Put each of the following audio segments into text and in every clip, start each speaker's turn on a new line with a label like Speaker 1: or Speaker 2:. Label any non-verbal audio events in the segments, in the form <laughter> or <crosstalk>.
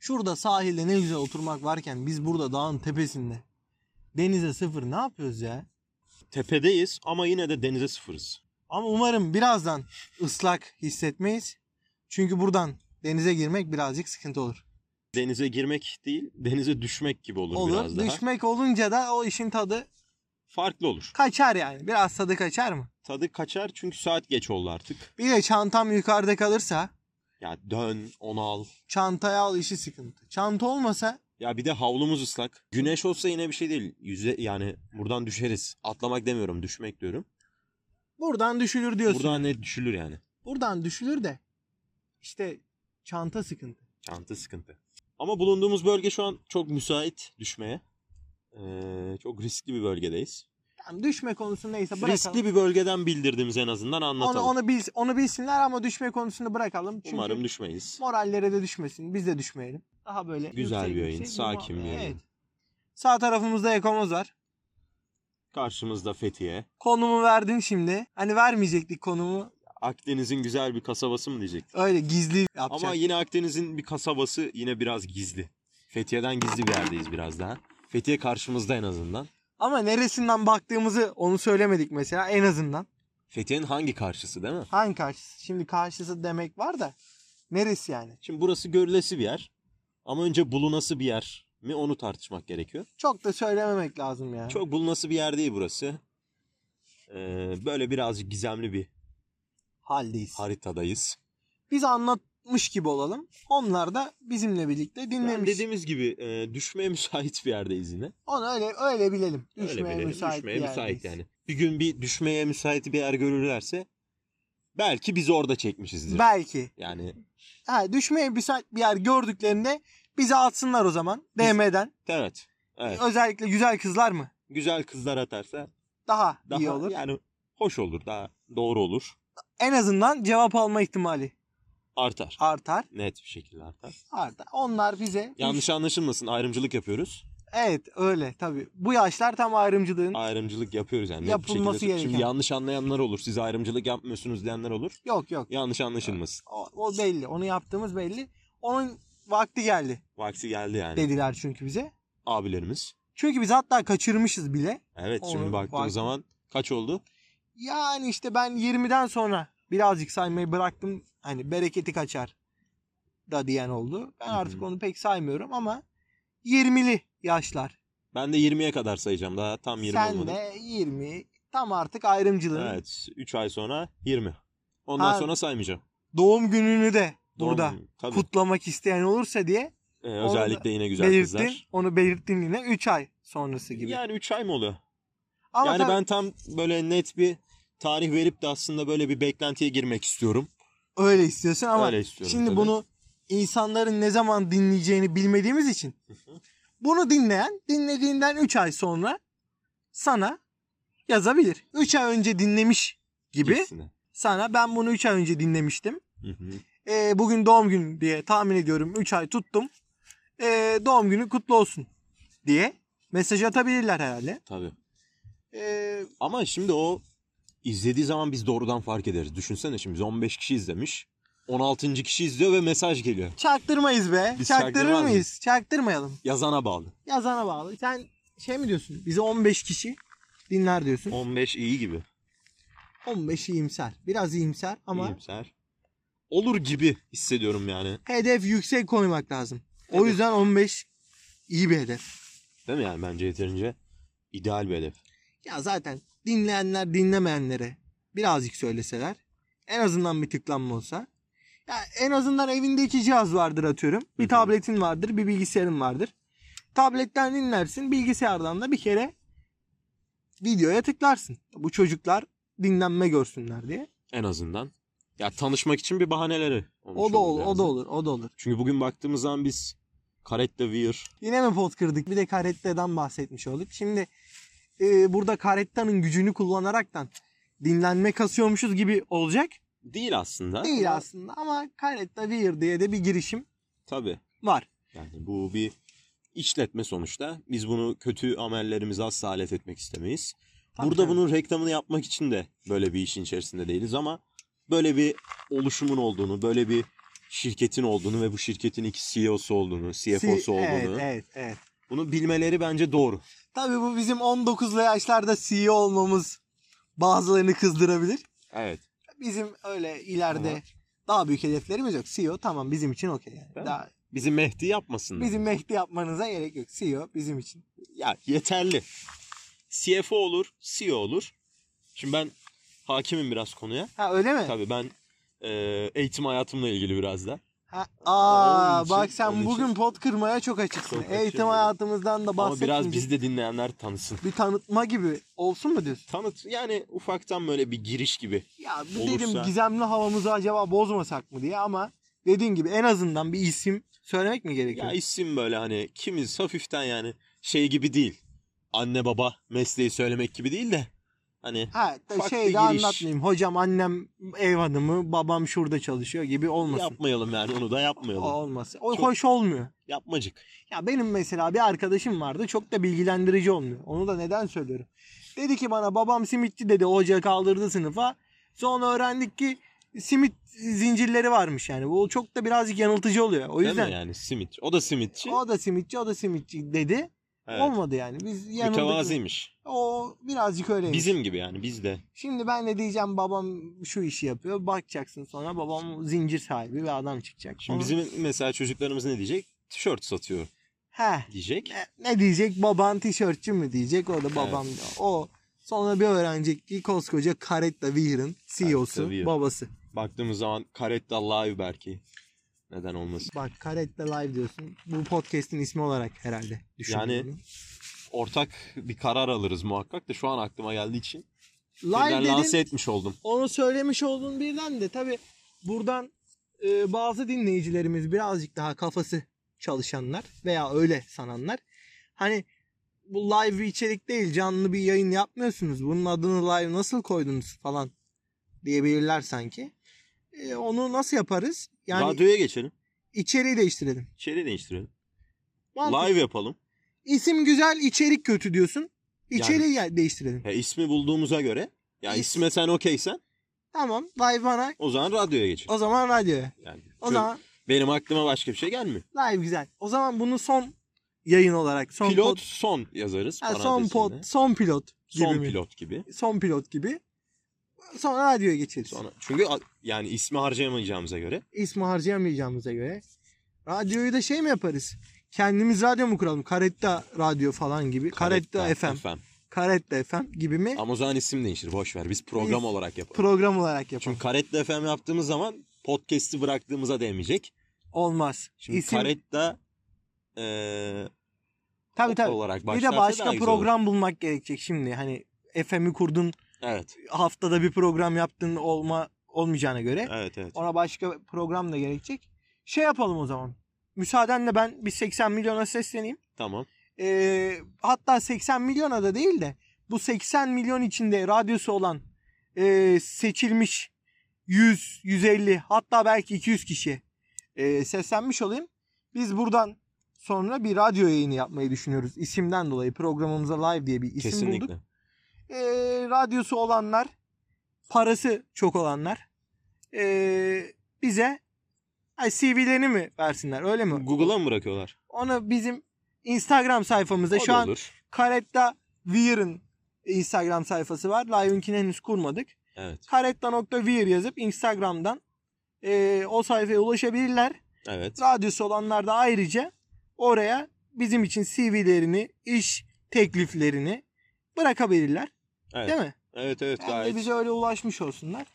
Speaker 1: Şurada sahilde ne güzel oturmak varken biz burada dağın tepesinde. Denize sıfır ne yapıyoruz ya?
Speaker 2: Tepedeyiz ama yine de denize sıfırız.
Speaker 1: Ama umarım birazdan ıslak hissetmeyiz. Çünkü buradan denize girmek birazcık sıkıntı olur.
Speaker 2: Denize girmek değil, denize düşmek gibi olur,
Speaker 1: Olur.
Speaker 2: biraz daha.
Speaker 1: Düşmek olunca da o işin tadı
Speaker 2: Farklı olur.
Speaker 1: kaçar yani. Biraz tadı kaçar mı?
Speaker 2: Tadı kaçar çünkü saat geç oldu artık.
Speaker 1: Bir de çantam yukarıda kalırsa
Speaker 2: Ya dön, onu al.
Speaker 1: çantaya al işi sıkıntı. Çanta olmasa
Speaker 2: Ya bir de havlumuz ıslak. Güneş olsa yine bir şey değil. Yüze yani buradan düşeriz. Atlamak demiyorum, düşmek diyorum.
Speaker 1: buradan düşülür diyorsun.
Speaker 2: Buradan ne düşülür yani.
Speaker 1: Buradan düşülür de işte çanta sıkıntı.
Speaker 2: Çanta sıkıntı. Ama bulunduğumuz bölge şu an çok müsait düşmeye. Ee, çok riskli bir bölgedeyiz.
Speaker 1: Tamam düşme konusunu neyse bırakalım.
Speaker 2: Riskli bir bölgeden bildirdiğimiz en azından
Speaker 1: onu,
Speaker 2: anlatalım.
Speaker 1: onu, bil, onu bilsinler ama düşme konusunu bırakalım. Çünkü
Speaker 2: Umarım düşmeyiz.
Speaker 1: morallere de düşmesin. Biz de düşmeyelim. Daha böyle
Speaker 2: Güzel
Speaker 1: yüksek şey
Speaker 2: bir oyun,
Speaker 1: yüksek
Speaker 2: sakin bir
Speaker 1: Evet.
Speaker 2: oyun.
Speaker 1: Sağ tarafımızda Ekomoz var.
Speaker 2: Karşımızda Fethiye.
Speaker 1: Konumu verdin şimdi. Hani vermeyecektik konumu.
Speaker 2: Akdeniz'in güzel bir kasabası mı diyecek?
Speaker 1: Öyle gizli yapacak.
Speaker 2: Ama yine Akdeniz'in bir kasabası yine biraz gizli. Fethiye'den gizli bir yerdeyiz biraz daha. Fethiye karşımızda en azından.
Speaker 1: Ama neresinden baktığımızı onu söylemedik mesela en azından.
Speaker 2: Fethiye'nin hangi karşısı değil mi?
Speaker 1: Hangi karşısı? Şimdi karşısı demek var da neresi yani?
Speaker 2: Şimdi burası görülesi bir yer. Ama önce bulunası bir yer mi onu tartışmak gerekiyor.
Speaker 1: Çok da söylememek lazım yani.
Speaker 2: Çok bulunası bir yer değil burası. Ee, böyle birazcık gizemli bir
Speaker 1: haldeyiz.
Speaker 2: haritadayız.
Speaker 1: Biz anlatmış gibi olalım. Onlar da bizimle birlikte dinlemiş.
Speaker 2: Yani dediğimiz gibi e, düşmeye <laughs> müsait bir yerdeyiz yine.
Speaker 1: Onu öyle öyle bilelim.
Speaker 2: Öyle
Speaker 1: Düşmeye
Speaker 2: bilelim,
Speaker 1: müsait
Speaker 2: düşmeye
Speaker 1: bir
Speaker 2: müsait
Speaker 1: yerdeyiz.
Speaker 2: yani. Bir gün bir düşmeye müsait bir yer görürlerse belki biz orada çekmişizdir.
Speaker 1: Belki.
Speaker 2: Yani
Speaker 1: Ha, düşmeye müsait bir yer gördüklerinde bizi atsınlar o zaman
Speaker 2: Biz-
Speaker 1: DM'den.
Speaker 2: evet. Evet.
Speaker 1: Özellikle güzel kızlar mı?
Speaker 2: Güzel kızlar atarsa
Speaker 1: Daha,
Speaker 2: daha
Speaker 1: iyi olur.
Speaker 2: yani hoş olur, daha doğru olur.
Speaker 1: En azından cevap alma ihtimali
Speaker 2: Artar.
Speaker 1: artar.
Speaker 2: Net bir şekilde artar.
Speaker 1: Artar. Onlar bize
Speaker 2: Yanlış anlaşılmasın ayrımcılık yapıyoruz.
Speaker 1: Evet öyle tabii. Bu yaşlar tam ayrımcılığın.
Speaker 2: Ayrımcılık yapıyoruz yani. net bir
Speaker 1: Yapılması
Speaker 2: şekilde. Şimdi
Speaker 1: gereken.
Speaker 2: yanlış anlayanlar olur. Siz ayrımcılık yapmıyorsunuz diyenler olur.
Speaker 1: Yok yok.
Speaker 2: Yanlış anlaşılmasın.
Speaker 1: O, o belli. Onu yaptığımız belli. Onun vakti geldi
Speaker 2: Vaksi geldi yani.
Speaker 1: dediler çünkü bize.
Speaker 2: Abilerimiz.
Speaker 1: Çünkü biz hatta kaçırmışız bile.
Speaker 2: Evet
Speaker 1: Olur,
Speaker 2: şimdi
Speaker 1: vakti.
Speaker 2: baktığımız zaman kaç oldu?
Speaker 1: Yani işte ben 20'den sonra birazcık saymayı bıraktım. Hani bereketi kaçar da diyen oldu. Ben
Speaker 2: Hı hı.
Speaker 1: artık onu pek saymıyorum ama 20'li yaşlar.
Speaker 2: Ben de 20'ye kadar sayacağım. Daha tam 20
Speaker 1: Sen
Speaker 2: olmadı.
Speaker 1: de 20 tam artık ayrımcılığın.
Speaker 2: Evet. 3 ay sonra 20. Ondan
Speaker 1: Ha,
Speaker 2: sonra saymayacağım.
Speaker 1: Doğum gününü de
Speaker 2: Doğru
Speaker 1: burada
Speaker 2: muyum? Tabii.
Speaker 1: kutlamak isteyen olursa diye
Speaker 2: Ee,
Speaker 1: onu
Speaker 2: özellikle yine güzel
Speaker 1: belirttin.
Speaker 2: kızlar.
Speaker 1: Onu belirttin yine 3 ay sonrası gibi.
Speaker 2: Yani 3 ay mı oluyor?
Speaker 1: Ama
Speaker 2: yani
Speaker 1: tabii
Speaker 2: ben tam böyle net bir tarih verip de aslında böyle bir beklentiye girmek istiyorum.
Speaker 1: öyle istiyorsun ama
Speaker 2: Öyle istiyorum.
Speaker 1: şimdi
Speaker 2: tabii.
Speaker 1: bunu insanların ne zaman dinleyeceğini bilmediğimiz için bunu dinleyen dinlediğinden 3 ay sonra sana yazabilir. 3 ay önce dinlemiş gibi
Speaker 2: Hepsini.
Speaker 1: sana ben bunu 3 ay önce dinlemiştim.
Speaker 2: Hı hı.
Speaker 1: Ee, bugün doğum günü diye tahmin ediyorum 3 ay tuttum. Ee, doğum günü kutlu olsun diye mesaj atabilirler herhalde.
Speaker 2: Tabii.
Speaker 1: Ee,
Speaker 2: Ama şimdi o izlediği zaman biz doğrudan fark ederiz. Düşünsene şimdi biz 15 kişi izlemiş. 16. kişi izliyor ve mesaj geliyor.
Speaker 1: çaktırmayız be.
Speaker 2: Biz
Speaker 1: Çaktırır
Speaker 2: çaktırmaz
Speaker 1: mıyız?
Speaker 2: mıyız?
Speaker 1: Çaktırmayalım.
Speaker 2: Yazana bağlı.
Speaker 1: Yazana bağlı. Sen şey mi diyorsun? Bize 15 kişi dinler diyorsun.
Speaker 2: 15 iyi gibi.
Speaker 1: 15 iyimser. Biraz iyimser ama
Speaker 2: İyimser. Olur gibi hissediyorum yani.
Speaker 1: hedef yüksek koymak lazım. O
Speaker 2: Evet.
Speaker 1: yüzden 15 iyi bir hedef.
Speaker 2: Değil mi yani bence yeterince ideal bir hedef.
Speaker 1: Ya zaten dinleyenler dinlemeyenlere birazcık söyleseler en azından bir tıklanma olsa. Ya en azından evinde iki cihaz vardır atıyorum.
Speaker 2: Hı
Speaker 1: Bir
Speaker 2: hı.
Speaker 1: tabletin vardır, bir bilgisayarın vardır. Tabletten dinlersin, bilgisayardan da bir kere videoya tıklarsın. Bu çocuklar dinlenme görsünler diye.
Speaker 2: En azından. Ya tanışmak için bir bahaneleri olmuş
Speaker 1: O da
Speaker 2: olur
Speaker 1: olur,
Speaker 2: en
Speaker 1: o da
Speaker 2: azından.
Speaker 1: olur, o da olur.
Speaker 2: Çünkü bugün baktığımız zaman biz Caretta Weir
Speaker 1: Yine mi pot kırdık? Bir de Karetta'dan bahsetmiş olduk. Şimdi e, burada Karetta'nın gücünü kullanaraktan dinlenme kasıyormuşuz gibi olacak.
Speaker 2: değil aslında.
Speaker 1: Değil aslında ama Karetta Weir diye de bir girişim
Speaker 2: Tabii.
Speaker 1: var.
Speaker 2: Yani bu bir işletme sonuçta. Biz bunu kötü amellerimize asla alet etmek istemeyiz.
Speaker 1: Tabii
Speaker 2: Burada
Speaker 1: canım.
Speaker 2: bunun reklamını yapmak için de böyle bir işin içerisinde değiliz ama böyle bir oluşumun olduğunu, böyle bir şirketin olduğunu ve bu şirketin iki CEO'su olduğunu, CFO'su olduğunu.
Speaker 1: Evet, evet, evet.
Speaker 2: Bunu bilmeleri bence doğru.
Speaker 1: Tabii bu bizim 19'lu yaşlarda CEO olmamız bazılarını kızdırabilir.
Speaker 2: Evet.
Speaker 1: Bizim öyle ileride daha büyük hedeflerimiz yok. CEO tamam bizim için okey yani.
Speaker 2: Tamam.
Speaker 1: Daha,
Speaker 2: Bizi Mehdi yapmasınlar.
Speaker 1: bizim Mehdi yapmanıza gerek yok. CEO bizim için.
Speaker 2: Ya yeterli. CFO olur, CEO olur. Şimdi ben hakimim biraz konuya.
Speaker 1: Ha öyle mi?
Speaker 2: Tabii ben e, eğitim hayatımla ilgili biraz da.
Speaker 1: Ha, aa
Speaker 2: Onun için-
Speaker 1: bak sen
Speaker 2: onun
Speaker 1: bugün
Speaker 2: için.
Speaker 1: pot kırmaya çok açıksın.
Speaker 2: Çok açığım
Speaker 1: Eğitim
Speaker 2: ya.
Speaker 1: hayatımızdan da
Speaker 2: Ama
Speaker 1: bahsetmeyeceğiz.
Speaker 2: biraz bizi de dinleyenler tanısın.
Speaker 1: bir tanıtma gibi olsun mu diyorsun?
Speaker 2: Tanıt yani ufaktan böyle bir giriş gibi.
Speaker 1: Ya bir
Speaker 2: Olursa-
Speaker 1: dedim gizemli havamızı acaba bozmasak mı diye ama dediğin gibi en azından bir isim söylemek mi gerekiyor?
Speaker 2: Ya isim böyle hani kimiz hafiften yani şey gibi değil. Anne baba mesleği söylemek gibi değil de hani
Speaker 1: Ha
Speaker 2: Ufak
Speaker 1: şey
Speaker 2: bir
Speaker 1: de
Speaker 2: giriş.
Speaker 1: anlatmayayım. Hocam annem ev hanımı, babam şurada çalışıyor gibi olmasın.
Speaker 2: yapmayalım yani onu da yapmayalım.
Speaker 1: O olmasın. O
Speaker 2: Çok-
Speaker 1: hoş olmuyor.
Speaker 2: Yapmacık.
Speaker 1: Ya benim mesela bir arkadaşım vardı. Çok da bilgilendirici olmuyor. Onu da neden söylüyorum? Dedi ki bana babam simitçi dedi. Hoca kaldırdı sınıfa. Sonra öğrendik ki simit zincirleri varmış yani. Bu çok da birazcık yanıltıcı oluyor. O
Speaker 2: Değil mi
Speaker 1: yüzden
Speaker 2: yani simit. O da simitçi.
Speaker 1: o da simitçi, o da simitçi dedi.
Speaker 2: Evet.
Speaker 1: Olmadı yani. Biz yanıldık.
Speaker 2: Mütevaziymiş.
Speaker 1: O birazcık öyleymiş.
Speaker 2: Bizim gibi yani biz de.
Speaker 1: Şimdi ben de diyeceğim babam şu işi yapıyor. Bakacaksın sonra babam zincir sahibi ve adam çıkacak.
Speaker 2: Şimdi
Speaker 1: Sonra-
Speaker 2: bizim mesela çocuklarımız ne diyecek? Tişört satıyor
Speaker 1: Heh.
Speaker 2: diyecek.
Speaker 1: ne, ne diyecek baban tişörtçü mü diyecek o da babam o sonra bir öğrenecek ki koskoca Caretta Weir'ın CEO'su
Speaker 2: Caretta Weir.
Speaker 1: babası.
Speaker 2: Baktığımız zaman Caretta Live belki. Neden olmasın?
Speaker 1: Bak Caretta Live diyorsun. Bu podcast'in ismi olarak herhalde düşünüyorum.
Speaker 2: Yani Ortak bir karar alırız muhakkak da şu an aklıma geldiği için.
Speaker 1: Live
Speaker 2: Birden
Speaker 1: dedin
Speaker 2: lanse etmiş oldum.
Speaker 1: onu söylemiş olduğun birden de tabi buradan e, bazı dinleyicilerimiz birazcık daha kafası çalışanlar veya öyle sananlar hani bu live bir içerik değil canlı bir yayın yapmıyorsunuz bunun adını live nasıl koydunuz falan diyebilirler sanki. E, onu nasıl yaparız? Yani
Speaker 2: Radyoya geçelim.
Speaker 1: içeriği değiştirelim.
Speaker 2: İçeriği değiştirelim.
Speaker 1: Mantıklı.
Speaker 2: Live yapalım.
Speaker 1: İsim güzel içerik kötü diyorsun. İçeriği ya- değiştirelim.
Speaker 2: Ya ismi bulduğumuza göre. Ya
Speaker 1: İs-
Speaker 2: isme sen okeysen
Speaker 1: Tamam live bana
Speaker 2: o zaman radyoya geçelim.
Speaker 1: o zaman radyoya.
Speaker 2: Yani
Speaker 1: O
Speaker 2: Çünkü
Speaker 1: zaman
Speaker 2: Benim aklıma başka bir şey gelmiyor.
Speaker 1: Live güzel. O zaman bunu son yayın olarak son
Speaker 2: pilot
Speaker 1: pod-
Speaker 2: son yazarız.
Speaker 1: Ha, son
Speaker 2: parantezinde.
Speaker 1: pod, son pilot gibi
Speaker 2: Son
Speaker 1: mi?
Speaker 2: pilot gibi.
Speaker 1: Son pilot gibi. Sonra radyoya geçeriz.
Speaker 2: Sonra, çünkü a- yani ismi harcayamayacağımıza göre.
Speaker 1: İsmi harcayamayacağımıza göre. Radyoyu da şey mi yaparız? Kendimiz radyo mu kuralım? Karetta radyo falan gibi. Karetta FM. Karetta FM gibi mi?
Speaker 2: Ama o zaman isim değişir. Boş ver. Biz program
Speaker 1: Biz-
Speaker 2: olarak yapalım.
Speaker 1: Program olarak yapalım.
Speaker 2: Çünkü Karetta FM yaptığımız zaman podcast'i bıraktığımıza değmeyecek.
Speaker 1: Olmaz.
Speaker 2: Şimdi
Speaker 1: İsim-
Speaker 2: Karetta eee
Speaker 1: tabii, tabii.
Speaker 2: olarak
Speaker 1: Bir
Speaker 2: başlarsa
Speaker 1: de başka
Speaker 2: daha güzel
Speaker 1: program bulmak gerekecek şimdi. Hani FM'i kurdun,
Speaker 2: olur. Evet.
Speaker 1: haftada bir program yaptın olma olmayacağına göre.
Speaker 2: Evet evet.
Speaker 1: Ona başka program da gerekecek. Şey yapalım o zaman. Müsaadenle ben bir 80 milyona sesleneyim.
Speaker 2: Tamam.
Speaker 1: Ee, hatta 80 milyona da değil de bu 80 milyon içinde radyosu olan e, seçilmiş 100, 150 hatta belki 200 kişi e, seslenmiş olayım. Biz buradan sonra bir radyo yayını yapmayı düşünüyoruz. İsimden dolayı programımıza live diye bir isim
Speaker 2: Kesinlikle.
Speaker 1: bulduk. Ee, radyosu olanlar, parası çok olanlar ee, bize ay, CV'lerini mi versinler öyle mi?
Speaker 2: Google'a mı bırakıyorlar?
Speaker 1: Onu bizim Instagram sayfamızda
Speaker 2: O
Speaker 1: şu
Speaker 2: da
Speaker 1: an
Speaker 2: olur.
Speaker 1: Karetta Weir'ın Instagram sayfası var. Live'ınkini henüz kurmadık.
Speaker 2: Evet.
Speaker 1: Karetta.weir yazıp Instagram'dan ee, o sayfaya ulaşabilirler.
Speaker 2: Evet.
Speaker 1: Radyosu olanlar da ayrıca oraya bizim için CV'lerini, iş tekliflerini bırakabilirler.
Speaker 2: Evet.
Speaker 1: Değil mi?
Speaker 2: Evet evet
Speaker 1: Hem de
Speaker 2: gayet.
Speaker 1: bize öyle ulaşmış olsunlar.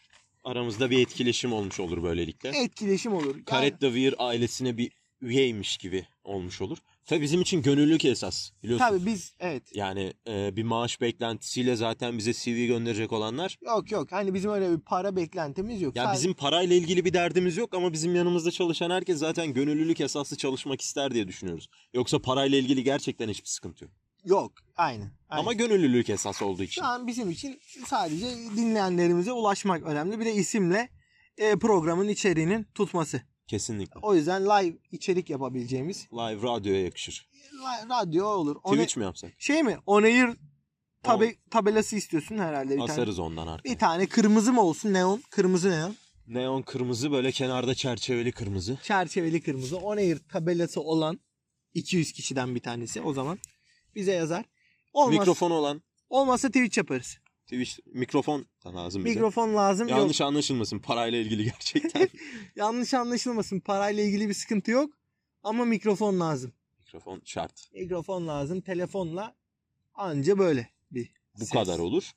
Speaker 2: Aramızda bir etkileşim olmuş olur böylelikle.
Speaker 1: Etkileşim olur. Yani
Speaker 2: Caretta Weir ailesine bir üyeymiş gibi olmuş olur. Tabii bizim için gönüllülük esas biliyorsun.
Speaker 1: tabii biz evet.
Speaker 2: Yani e, bir maaş beklentisiyle zaten bize CV gönderecek olanlar.
Speaker 1: Yok yok. Hani bizim öyle bir para beklentimiz yok.
Speaker 2: Ya
Speaker 1: Sadece-
Speaker 2: bizim parayla ilgili bir derdimiz yok ama bizim yanımızda çalışan herkes zaten gönüllülük esaslı çalışmak ister diye düşünüyoruz. Yoksa parayla ilgili gerçekten hiçbir sıkıntı yok.
Speaker 1: yok. Aynen. aynen.
Speaker 2: Ama gönüllülük esas olduğu için.
Speaker 1: şu an bizim için sadece dinleyenlerimize ulaşmak önemli. Bir de isimle e, programın içeriğinin tutması.
Speaker 2: Kesinlikle.
Speaker 1: O yüzden live içerik yapabileceğimiz
Speaker 2: Live radyoya yakışır.
Speaker 1: la- radyo olur. On-
Speaker 2: Twitch mi yapsak?
Speaker 1: şey mi? Onair tabe- tabelası istiyorsun herhalde bir tane.
Speaker 2: Asarız ondan artık.
Speaker 1: Bir tane kırmızı mı olsun neon? Kırmızı neon.
Speaker 2: Neon kırmızı böyle kenarda çerçeveli kırmızı.
Speaker 1: Çerçeveli kırmızı on air tabelası olan 200 kişiden bir tanesi. O zaman bize yazar. Olmaz,
Speaker 2: Mikrofon olan
Speaker 1: Olmazsa Twitch yaparız.
Speaker 2: Twitch mikrofon da lazım bize.
Speaker 1: Mikrofon lazım yok.
Speaker 2: Yanlış anlaşılmasın parayla
Speaker 1: <laughs>
Speaker 2: ilgili gerçekten.
Speaker 1: Yanlış anlaşılmasın. Parayla ilgili bir sıkıntı yok. Ama mikrofon lazım.
Speaker 2: mikrofon şart.
Speaker 1: Mikrofon lazım. Telefonla anca böyle bir
Speaker 2: Bu
Speaker 1: ses.
Speaker 2: kadar olur.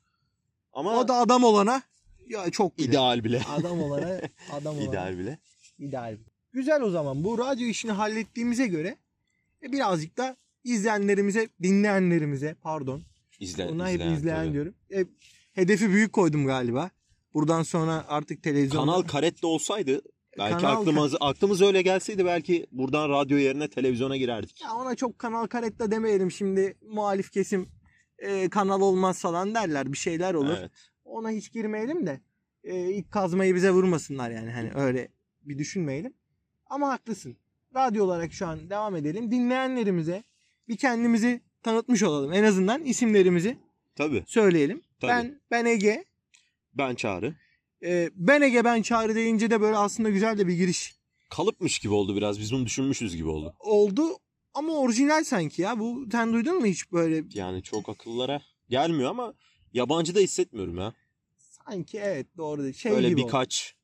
Speaker 2: Ama
Speaker 1: O da adam olana ya çok bile.
Speaker 2: ideal bile. <laughs>
Speaker 1: Adam olana adam olana.
Speaker 2: ideal bile.
Speaker 1: İdeal. Güzel o zaman. Bu radyo işini hallettiğimize göre e, birazcık da izleyenlerimize, dinleyenlerimize pardon.
Speaker 2: İzle,
Speaker 1: Ona hep
Speaker 2: Ee, izleyen
Speaker 1: izleyen
Speaker 2: tabii.
Speaker 1: diyorum. E, hedefi büyük koydum galiba. Buradan sonra artık televizyonda
Speaker 2: Kanal karetli olsaydı belki
Speaker 1: Kanal-
Speaker 2: aklımız aklımız öyle gelseydi belki buradan radyo yerine televizyona girerdik.
Speaker 1: Ya ona çok kanal karetta demeyelim şimdi muhalif kesim e, kanal olmaz falan derler bir şeyler olur.
Speaker 2: Evet.
Speaker 1: Ona hiç girmeyelim de e, ilk kazmayı bize vurmasınlar yani hani öyle bir düşünmeyelim. Ama haklısın. Radyo olarak şu an devam edelim. Dinleyenlerimize bir kendimizi tanıtmış olalım. En azından isimlerimizi
Speaker 2: Tabii.
Speaker 1: söyleyelim.
Speaker 2: Tabii.
Speaker 1: Ben ben Ege.
Speaker 2: Ben Çağrı.
Speaker 1: E, ben Ege ben Çağrı deyince de böyle aslında güzel de bir giriş
Speaker 2: Kalıpmış gibi oldu biraz. Biz bunu düşünmüşüz gibi oldu.
Speaker 1: oldu. Ama orijinal sanki ya. Bu sen duydun mu hiç böyle
Speaker 2: Yani çok akıllara gelmiyor ama yabancı da hissetmiyorum ya.
Speaker 1: sanki evet doğru şey
Speaker 2: Öyle
Speaker 1: gibi Hani- oldu.
Speaker 2: birkaç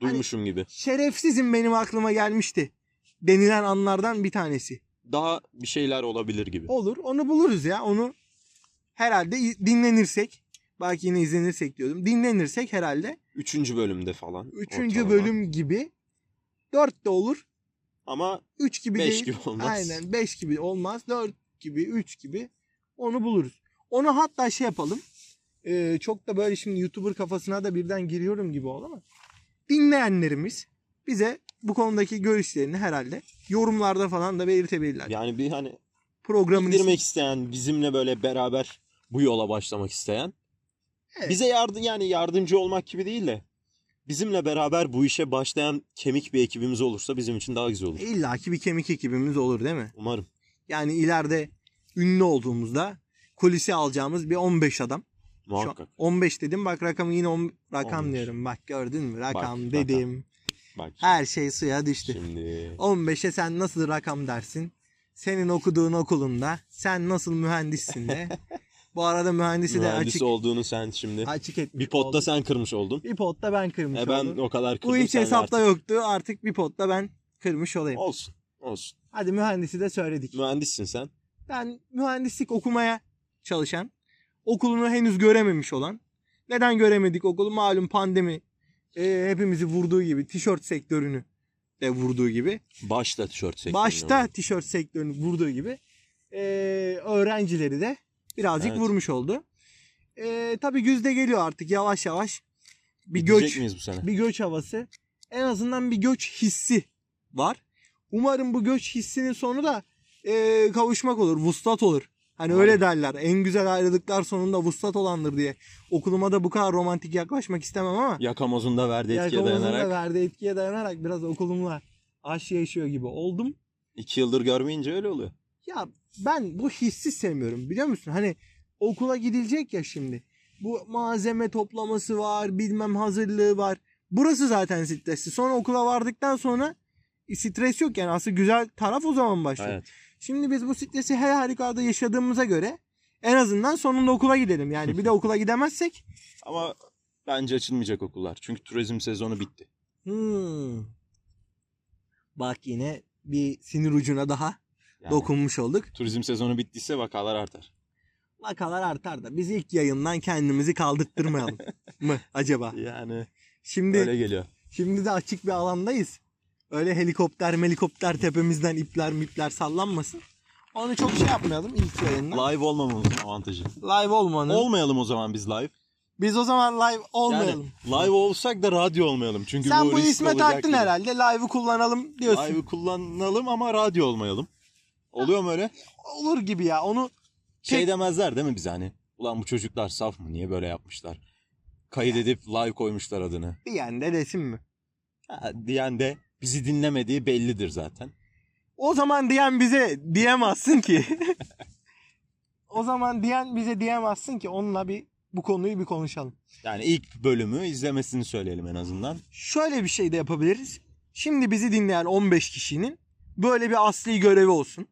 Speaker 2: duymuşum gibi.
Speaker 1: şerefsizim benim aklıma gelmişti denilen anlardan bir tanesi.
Speaker 2: Daha bir şeyler olabilir gibi.
Speaker 1: Olur onu buluruz ya onu herhalde i- dinlenirsek belki yine izlenirsek diyordum dinlenirsek herhalde
Speaker 2: Üçüncü bölümde falan.
Speaker 1: Üçüncü
Speaker 2: ortalama.
Speaker 1: bölüm gibi 4 de olur
Speaker 2: Ama
Speaker 1: 3 gibi
Speaker 2: beş
Speaker 1: değil.
Speaker 2: gibi olmaz.
Speaker 1: Aynen 5 gibi olmaz 4 gibi 3 gibi onu buluruz. Onu hatta şey yapalım Ee, çok da böyle şimdi YouTuber kafasına da birden giriyorum gibi oldu ama dinleyenlerimiz bize bu konudaki görüşlerini herhalde yorumlarda falan da belirtebilirler.
Speaker 2: Yani bir hani
Speaker 1: Programın ismi-
Speaker 2: girmek isteyen, bizimle böyle beraber bu yola başlamak isteyen.
Speaker 1: Evet.
Speaker 2: Bize yardım yani yardımcı olmak gibi değil de bizimle beraber bu işe başlayan kemik bir ekibimiz olursa bizim için daha güzel olur.
Speaker 1: İlla ki bir kemik ekibimiz olur değil mi?
Speaker 2: Umarım.
Speaker 1: Yani ileride ünlü olduğumuzda kulise alacağımız bir 15 adam. Şu an
Speaker 2: Muhakkak.
Speaker 1: 15 dedim bak rakamı yine on, rakam
Speaker 2: 15.
Speaker 1: diyorum. Bak gördün mü rakam
Speaker 2: Bak,
Speaker 1: dedim.
Speaker 2: Bak
Speaker 1: Her şey suya düştü. <laughs>
Speaker 2: şimdi
Speaker 1: 15'e sen nasıl rakam dersin? Senin okuduğun okulunda sen nasıl mühendissin de. Bu arada mühendisi de
Speaker 2: mühendis
Speaker 1: açık
Speaker 2: olduğunu sen şimdi
Speaker 1: açık etmiş.
Speaker 2: bir potta
Speaker 1: olduk.
Speaker 2: sen kırmış oldun.
Speaker 1: bir potta ben kırmış
Speaker 2: E ben
Speaker 1: oldum.
Speaker 2: o kadar kırdım.
Speaker 1: Bu hiç
Speaker 2: sen de
Speaker 1: hesapta yoktu. Artık bir potta ben kırmış
Speaker 2: artık-
Speaker 1: olayım.
Speaker 2: Olsun. Olsun.
Speaker 1: Hadi mühendisi de söyledik.
Speaker 2: Mühendissin sen.
Speaker 1: Ben mühendislik okumaya çalışan, okulunu henüz görememiş olan. Neden göremedik okulu? Malum pandemi e, hepimizi vurduğu gibi, tişört sektörünü de vurduğu gibi.
Speaker 2: Başta tişört sektörüne
Speaker 1: başta
Speaker 2: vurdun.
Speaker 1: tişört sektörünü vurduğu gibi eee, öğrencileri de birazcık
Speaker 2: Evet.
Speaker 1: vurmuş oldu. Eee tabii güzde geliyor artık yavaş yavaş. Bir
Speaker 2: Gidecek
Speaker 1: göç,
Speaker 2: miyiz bu sene?
Speaker 1: bir göç havası. En azından bir göç hissi var. Umarım bu göç hissinin sonu da eee, kavuşmak olur, vuslat olur. Hani
Speaker 2: Umarım.
Speaker 1: öyle derler. En güzel ayrılıklar sonunda vuslat olandır diye. Okuluma da bu kadar romantik yaklaşmak istemem ama
Speaker 2: Yakamozun da verdiği etkiye
Speaker 1: Yelkova'nın da
Speaker 2: dayanarak
Speaker 1: verdiği etkiye dayanarak biraz okulumla aşk yaşıyor gibi oldum.
Speaker 2: iki yıldır görmeyince öyle oluyor.
Speaker 1: Ya ben bu hissi sevmiyorum biliyor musun? Hani okula gidilecek ya şimdi. Bu malzeme toplaması var, bilmem hazırlığı var. Burası zaten stresli. Sonra okula vardıktan sonra stres yok yani aslında güzel taraf o zaman başlıyor.
Speaker 2: Evet.
Speaker 1: Şimdi biz bu stresi her halükarda yaşadığımıza göre en azından sonunda okula gidelim. Yani
Speaker 2: <laughs>
Speaker 1: bir de okula gidemezsek
Speaker 2: Ama bence açılmayacak okullar. Çünkü turizm sezonu bitti.
Speaker 1: hmm. bak yine bir sinir ucuna daha
Speaker 2: Yani
Speaker 1: dokunmuş olduk.
Speaker 2: Turizm sezonu bittiyse vakalar artar.
Speaker 1: Vakalar artar da biz ilk yayından kendimizi
Speaker 2: <laughs>
Speaker 1: kaldırttırmayalım mı acaba?
Speaker 2: Yani
Speaker 1: Şimdi
Speaker 2: öyle geliyor.
Speaker 1: şimdi de açık bir alandayız. Öyle helikopter helikopter tepemizden ipler mipler sallanmasın. Onu çok şey yapmayalım ilk yayından.
Speaker 2: Live olmamamızın avantajı.
Speaker 1: Live olmanın.
Speaker 2: Olmayalım o zaman biz live.
Speaker 1: biz o zaman live olmayalım.
Speaker 2: Yani live olsak da radyo olmayalım. Çünkü
Speaker 1: Sen
Speaker 2: bu,
Speaker 1: bu
Speaker 2: risk
Speaker 1: isme
Speaker 2: olacak
Speaker 1: taktın
Speaker 2: gibi.
Speaker 1: herhalde. Live'ı kullanalım diyorsun.
Speaker 2: Live'ı kullanalım ama radyo olmayalım. Oluyor mu öyle?
Speaker 1: Olur gibi ya. Onu
Speaker 2: Şey
Speaker 1: Peki.
Speaker 2: demezler değil mi bize hani? Ulan bu çocuklar saf mı? Niye böyle yapmışlar? Kayıt edip live koymuşlar adını.
Speaker 1: diyen de desin mi?
Speaker 2: Ha, diyen de bizi dinlemediği bellidir zaten.
Speaker 1: O zaman diyen bize
Speaker 2: <laughs>
Speaker 1: diyemezsin ki. o zaman diyen bize diyemezsin ki onunla bir Bu konuyu bir konuşalım.
Speaker 2: Yani ilk bölümü izlemesini söyleyelim en azından.
Speaker 1: Şöyle bir şey de yapabiliriz. Şimdi bizi dinleyen 15 kişinin böyle bir asli görevi olsun.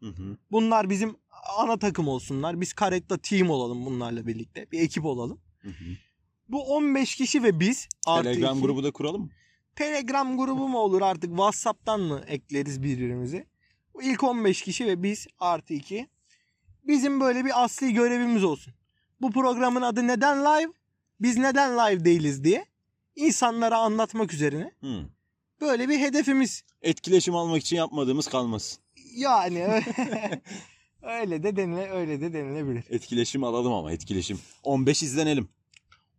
Speaker 2: Hı hı.
Speaker 1: Bunlar bizim ana takım olsunlar. Biz Karetta team olalım bunlarla birlikte. Bir ekip olalım.
Speaker 2: hı hı.
Speaker 1: Bu 15 kişi ve biz artı
Speaker 2: Telegram
Speaker 1: iki-
Speaker 2: grubu da kuralım mı?
Speaker 1: Telegram grubu mu olur artık WhatsApp'tan mı ekleriz birbirimizi? Bu ilk 15 kişi ve biz artı 2. Bizim böyle bir asli görevimiz olsun. Bu programın adı neden live? Biz neden live değiliz diye insanlara anlatmak üzerine
Speaker 2: Hı.
Speaker 1: böyle bir hedefimiz.
Speaker 2: Etkileşim almak için yapmadığımız kalmasın.
Speaker 1: Yani öyle- <laughs> öyle de denile öyle de denilebilir.
Speaker 2: Etkileşim alalım ama etkileşim. 15 izlenelim.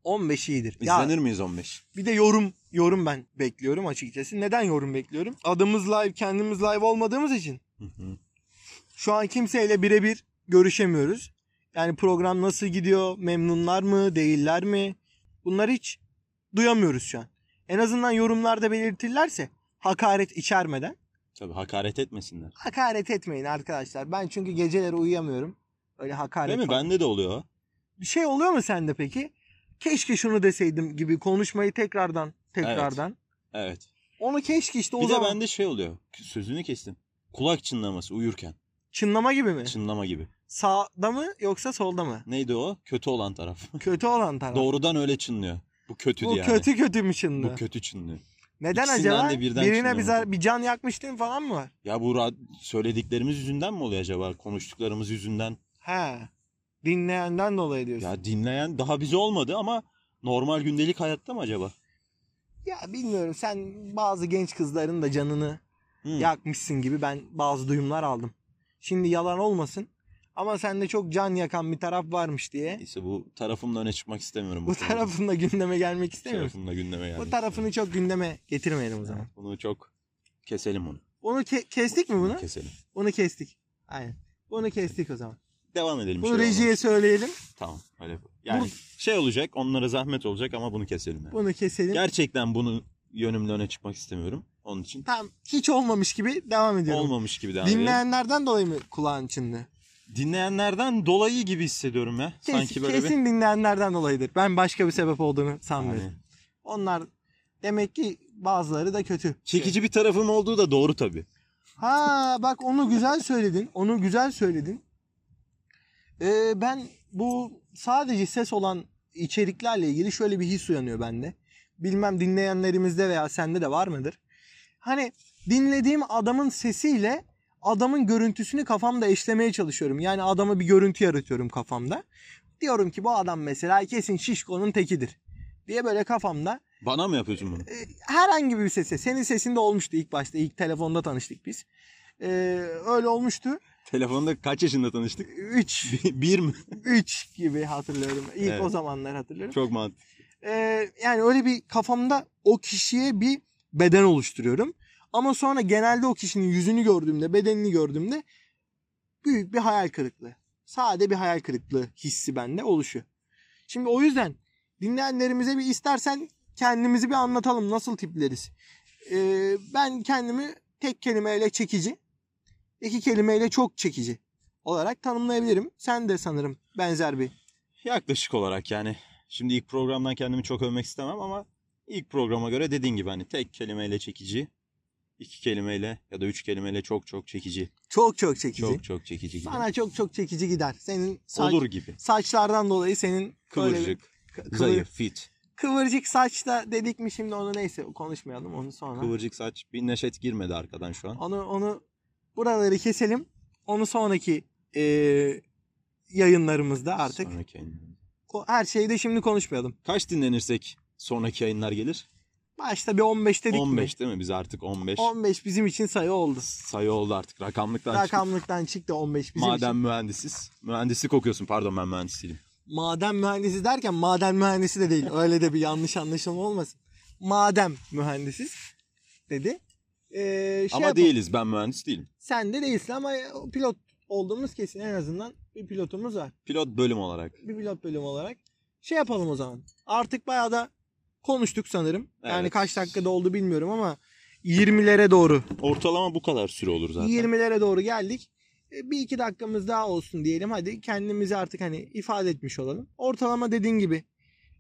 Speaker 1: 15 iyidir. Ya
Speaker 2: İzlenir miyiz 15?
Speaker 1: bir de yorum yorum ben bekliyorum açıkçası. Neden yorum bekliyorum? Adımız live, kendimiz live olmadığımız için
Speaker 2: Hı hı.
Speaker 1: Şu an kimseyle birebir görüşemiyoruz. Yani program nasıl gidiyor? Memnunlar mı? Değiller mi? Bunları hiç duyamıyoruz şu an. En azından yorumlarda belirtirlerse hakaret içermeden.
Speaker 2: Tabii hakaret etmesinler.
Speaker 1: Hakaret etmeyin arkadaşlar. Ben çünkü geceleri uyuyamıyorum. Öyle hakaret
Speaker 2: Değil mi?
Speaker 1: falan.
Speaker 2: Bende de oluyor.
Speaker 1: Bir şey oluyor mu sende peki? Keşke şunu deseydim gibi konuşmayı tekrardan tekrardan.
Speaker 2: Evet.
Speaker 1: Onu keşke işte o
Speaker 2: Bir de
Speaker 1: zaman
Speaker 2: bende şey oluyor. Sözünü kestim. Kulak çınlaması uyurken.
Speaker 1: çınlama gibi mi?
Speaker 2: Çınlama gibi.
Speaker 1: Sağda mı yoksa solda
Speaker 2: <laughs>
Speaker 1: mı?
Speaker 2: Neydi o? Kötü olan taraf.
Speaker 1: Kötü olan taraf.
Speaker 2: Doğrudan öyle çınlıyor. Bu kötü
Speaker 1: Bu
Speaker 2: yani.
Speaker 1: kötü kötü mü çınlı?
Speaker 2: Bu kötü çınlıyor.
Speaker 1: Neden
Speaker 2: İkisinden
Speaker 1: acaba?
Speaker 2: de birden
Speaker 1: Birine
Speaker 2: çıkıyor
Speaker 1: bir,
Speaker 2: mutlaka.
Speaker 1: zar- bir can yakmıştın falan mı var?
Speaker 2: Ya bu ra- söylediklerimiz yüzünden mi oluyor acaba? Konuştuklarımız yüzünden.
Speaker 1: He. Dinleyenden dolayı diyorsun. Ya,
Speaker 2: Ya dinleyen daha bize olmadı ama normal gündelik hayatta mı acaba?
Speaker 1: bilmiyorum sen bazı genç kızların da canını
Speaker 2: Hı.
Speaker 1: yakmışsın gibi ben bazı duyumlar aldım. Şimdi yalan olmasın ama sende çok can yakan bir taraf varmış diye
Speaker 2: Neyse bu tarafımla öne çıkmak istemiyorum.
Speaker 1: bu
Speaker 2: konuda.
Speaker 1: tarafın da gündeme gelmek
Speaker 2: Bu
Speaker 1: istemiyorsun.
Speaker 2: tarafımla gündeme geldi.
Speaker 1: Bu tarafını çok gündeme getirmeyelim o zaman.
Speaker 2: Bunu çok keselim onu.
Speaker 1: Onu ke- kestik mi bunu?
Speaker 2: Keselim.
Speaker 1: Onu kestik. Aynen. Bunu kestik o zaman.
Speaker 2: Devam edelim.
Speaker 1: Bunu
Speaker 2: şey olmaz.
Speaker 1: rejiye söyleyelim.
Speaker 2: Tamam öyle. yap- Yani şey olacak onlara zahmet olacak ama bunu keselim. yani.
Speaker 1: Bunu keselim.
Speaker 2: Gerçekten bunu yönümle öne çıkmak istemiyorum. Onun için
Speaker 1: Tam hiç olmamış gibi devam ediyorum.
Speaker 2: olmamış gibi devam edelim.
Speaker 1: Dinleyenlerden dolayı mı kulağın çınlı?
Speaker 2: Dinleyenlerden dolayı gibi hissediyorum ya.
Speaker 1: Kesin,
Speaker 2: Sanki böyle bir...
Speaker 1: kesin dinleyenlerden dolayıdır. Ben başka bir sebep olduğunu sanmıyorum.
Speaker 2: Yani
Speaker 1: Onlar demek ki bazıları da kötü.
Speaker 2: çekici bir tarafım olduğu da doğru tabii.
Speaker 1: Ha bak onu güzel söyledin. Onu güzel söyledin. Ee, ben bu sadece ses olan içeriklerle ilgili şöyle bir his uyanıyor bende. Bilmem dinleyenlerimizde veya sende de var mıdır? Hani dinlediğim adamın sesiyle adamın görüntüsünü kafamda eşlemeye çalışıyorum. Yani adama bir görüntü yaratıyorum kafamda. Diyorum ki bu adam mesela kesin şişkonun tekidir diye böyle kafamda
Speaker 2: Bana mı yapıyorsun bunu?
Speaker 1: e, herhangi bir sese. Senin sesinde olmuştu ilk başta. ilk telefonda tanıştık biz. E, öyle olmuştu.
Speaker 2: Telefonda kaç yaşında tanıştık? <laughs>
Speaker 1: 3
Speaker 2: bir mi?
Speaker 1: 3 gibi hatırlıyorum. İlk
Speaker 2: Evet.
Speaker 1: o zamanlar hatırlıyorum.
Speaker 2: Çok mantıklı.
Speaker 1: E, yani öyle bir kafamda o kişiye bir beden oluşturuyorum. Ama sonra genelde o kişinin yüzünü gördüğümde, bedenini gördüğümde büyük bir hayal kırıklığı. Sade bir hayal kırıklığı hissi bende oluşuyor. Şimdi o yüzden dinleyenlerimize bir istersen kendimizi bir anlatalım. Nasıl tipleriz? Ee, ben kendimi tek kelimeyle çekici, iki kelimeyle çok çekici olarak tanımlayabilirim. Sen de sanırım benzer bir.
Speaker 2: Yaklaşık olarak yani. Şimdi ilk programdan kendimi çok övmek istemem ama ilk programa göre dediğin gibi hani tek kelimeyle çekici, iki kelimeyle ya da üç kelimeyle çok çok çekici.
Speaker 1: Çok çok çekici.
Speaker 2: Çok çok çekici gibi.
Speaker 1: Sana çok çok çekici gider. Senin saç,
Speaker 2: Olur gibi.
Speaker 1: saçlardan dolayı senin böyle bir-
Speaker 2: Kıvırcık,
Speaker 1: kı- kıvır-
Speaker 2: zayıf, fit.
Speaker 1: kıvırcık saçta dedik mi şimdi onu neyse konuşmayalım onu sonra.
Speaker 2: Kıvırcık saç. Bir neşet girmedi arkadan şu an.
Speaker 1: Onu onu buraları keselim. Onu sonraki eee, yayınlarımızda artık
Speaker 2: Sonraki yayın.
Speaker 1: ko- her şeyi de şimdi konuşmayalım.
Speaker 2: Kaç dinlenirsek sonraki yayınlar gelir?
Speaker 1: Başta bir 15 dedik
Speaker 2: 15
Speaker 1: mi?
Speaker 2: değil mi? Biz artık 15.
Speaker 1: 15 bizim için sayı oldu.
Speaker 2: Sayı oldu artık. Rakamlıktan çıktık.
Speaker 1: Rakamlıktan çıktı 15 bizim
Speaker 2: Madem
Speaker 1: için.
Speaker 2: mühendisiz. Mühendislik okuyorsun. Pardon ben mühendis değilim.
Speaker 1: Maden mühendisi derken maden mühendisi de değil. Öyle de bir yanlış anlaşılma olmasın. Madem mühendisiz dedi. Eee, şey
Speaker 2: Ama
Speaker 1: yapalım.
Speaker 2: değiliz. Ben mühendis değilim.
Speaker 1: Sen de değilsin ama pilot olduğumuz kesin en azından bir pilotumuz var.
Speaker 2: Pilot bölüm olarak.
Speaker 1: bir pilot bölümü olarak. Şey yapalım o zaman. Artık bayağı da konuştuk sanırım. Yani
Speaker 2: Evet.
Speaker 1: kaç dakikada oldu bilmiyorum ama 20'lere doğru.
Speaker 2: Ortalama bu kadar süre olur zaten.
Speaker 1: 20'lere doğru geldik. E, bir iki dakikamız daha olsun diyelim. Hadi kendimizi artık hani ifade etmiş olalım. Ortalama dediğin gibi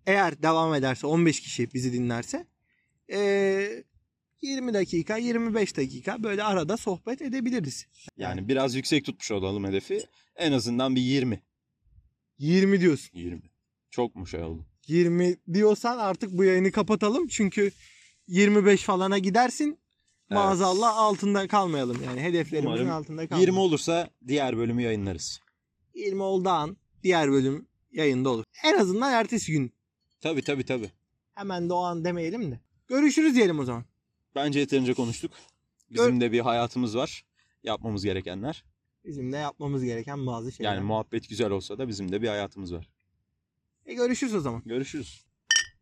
Speaker 1: eğer devam ederse 15 kişi bizi dinlerse e, 20 dakika 25 dakika böyle arada sohbet edebiliriz.
Speaker 2: Yani biraz yüksek tutmuş olalım hedefi. En azından bir 20.
Speaker 1: 20 diyorsun.
Speaker 2: 20. Çok mu şey oldu?
Speaker 1: 20 diyorsan artık bu yayını kapatalım. Çünkü 25 falana gidersin.
Speaker 2: Evet.
Speaker 1: Maazallah altında kalmayalım yani hedeflerimizin
Speaker 2: Umarım
Speaker 1: altında
Speaker 2: 20
Speaker 1: kalmayalım.
Speaker 2: olursa diğer bölümü yayınlarız.
Speaker 1: 20, olduğu an diğer bölüm yayında olur. En azından ertesi gün
Speaker 2: Tabii tabii tabii.
Speaker 1: hemen de o an demeyelim de. Görüşürüz diyelim o zaman.
Speaker 2: Bence yeterince konuştuk. Bizim de bir hayatımız var. Yapmamız gerekenler.
Speaker 1: Bizim de yapmamız gereken bazı şeyler.
Speaker 2: Yani muhabbet güzel olsa da bizim de bir hayatımız var.
Speaker 1: e görüşürüz o zaman.
Speaker 2: Görüşürüz.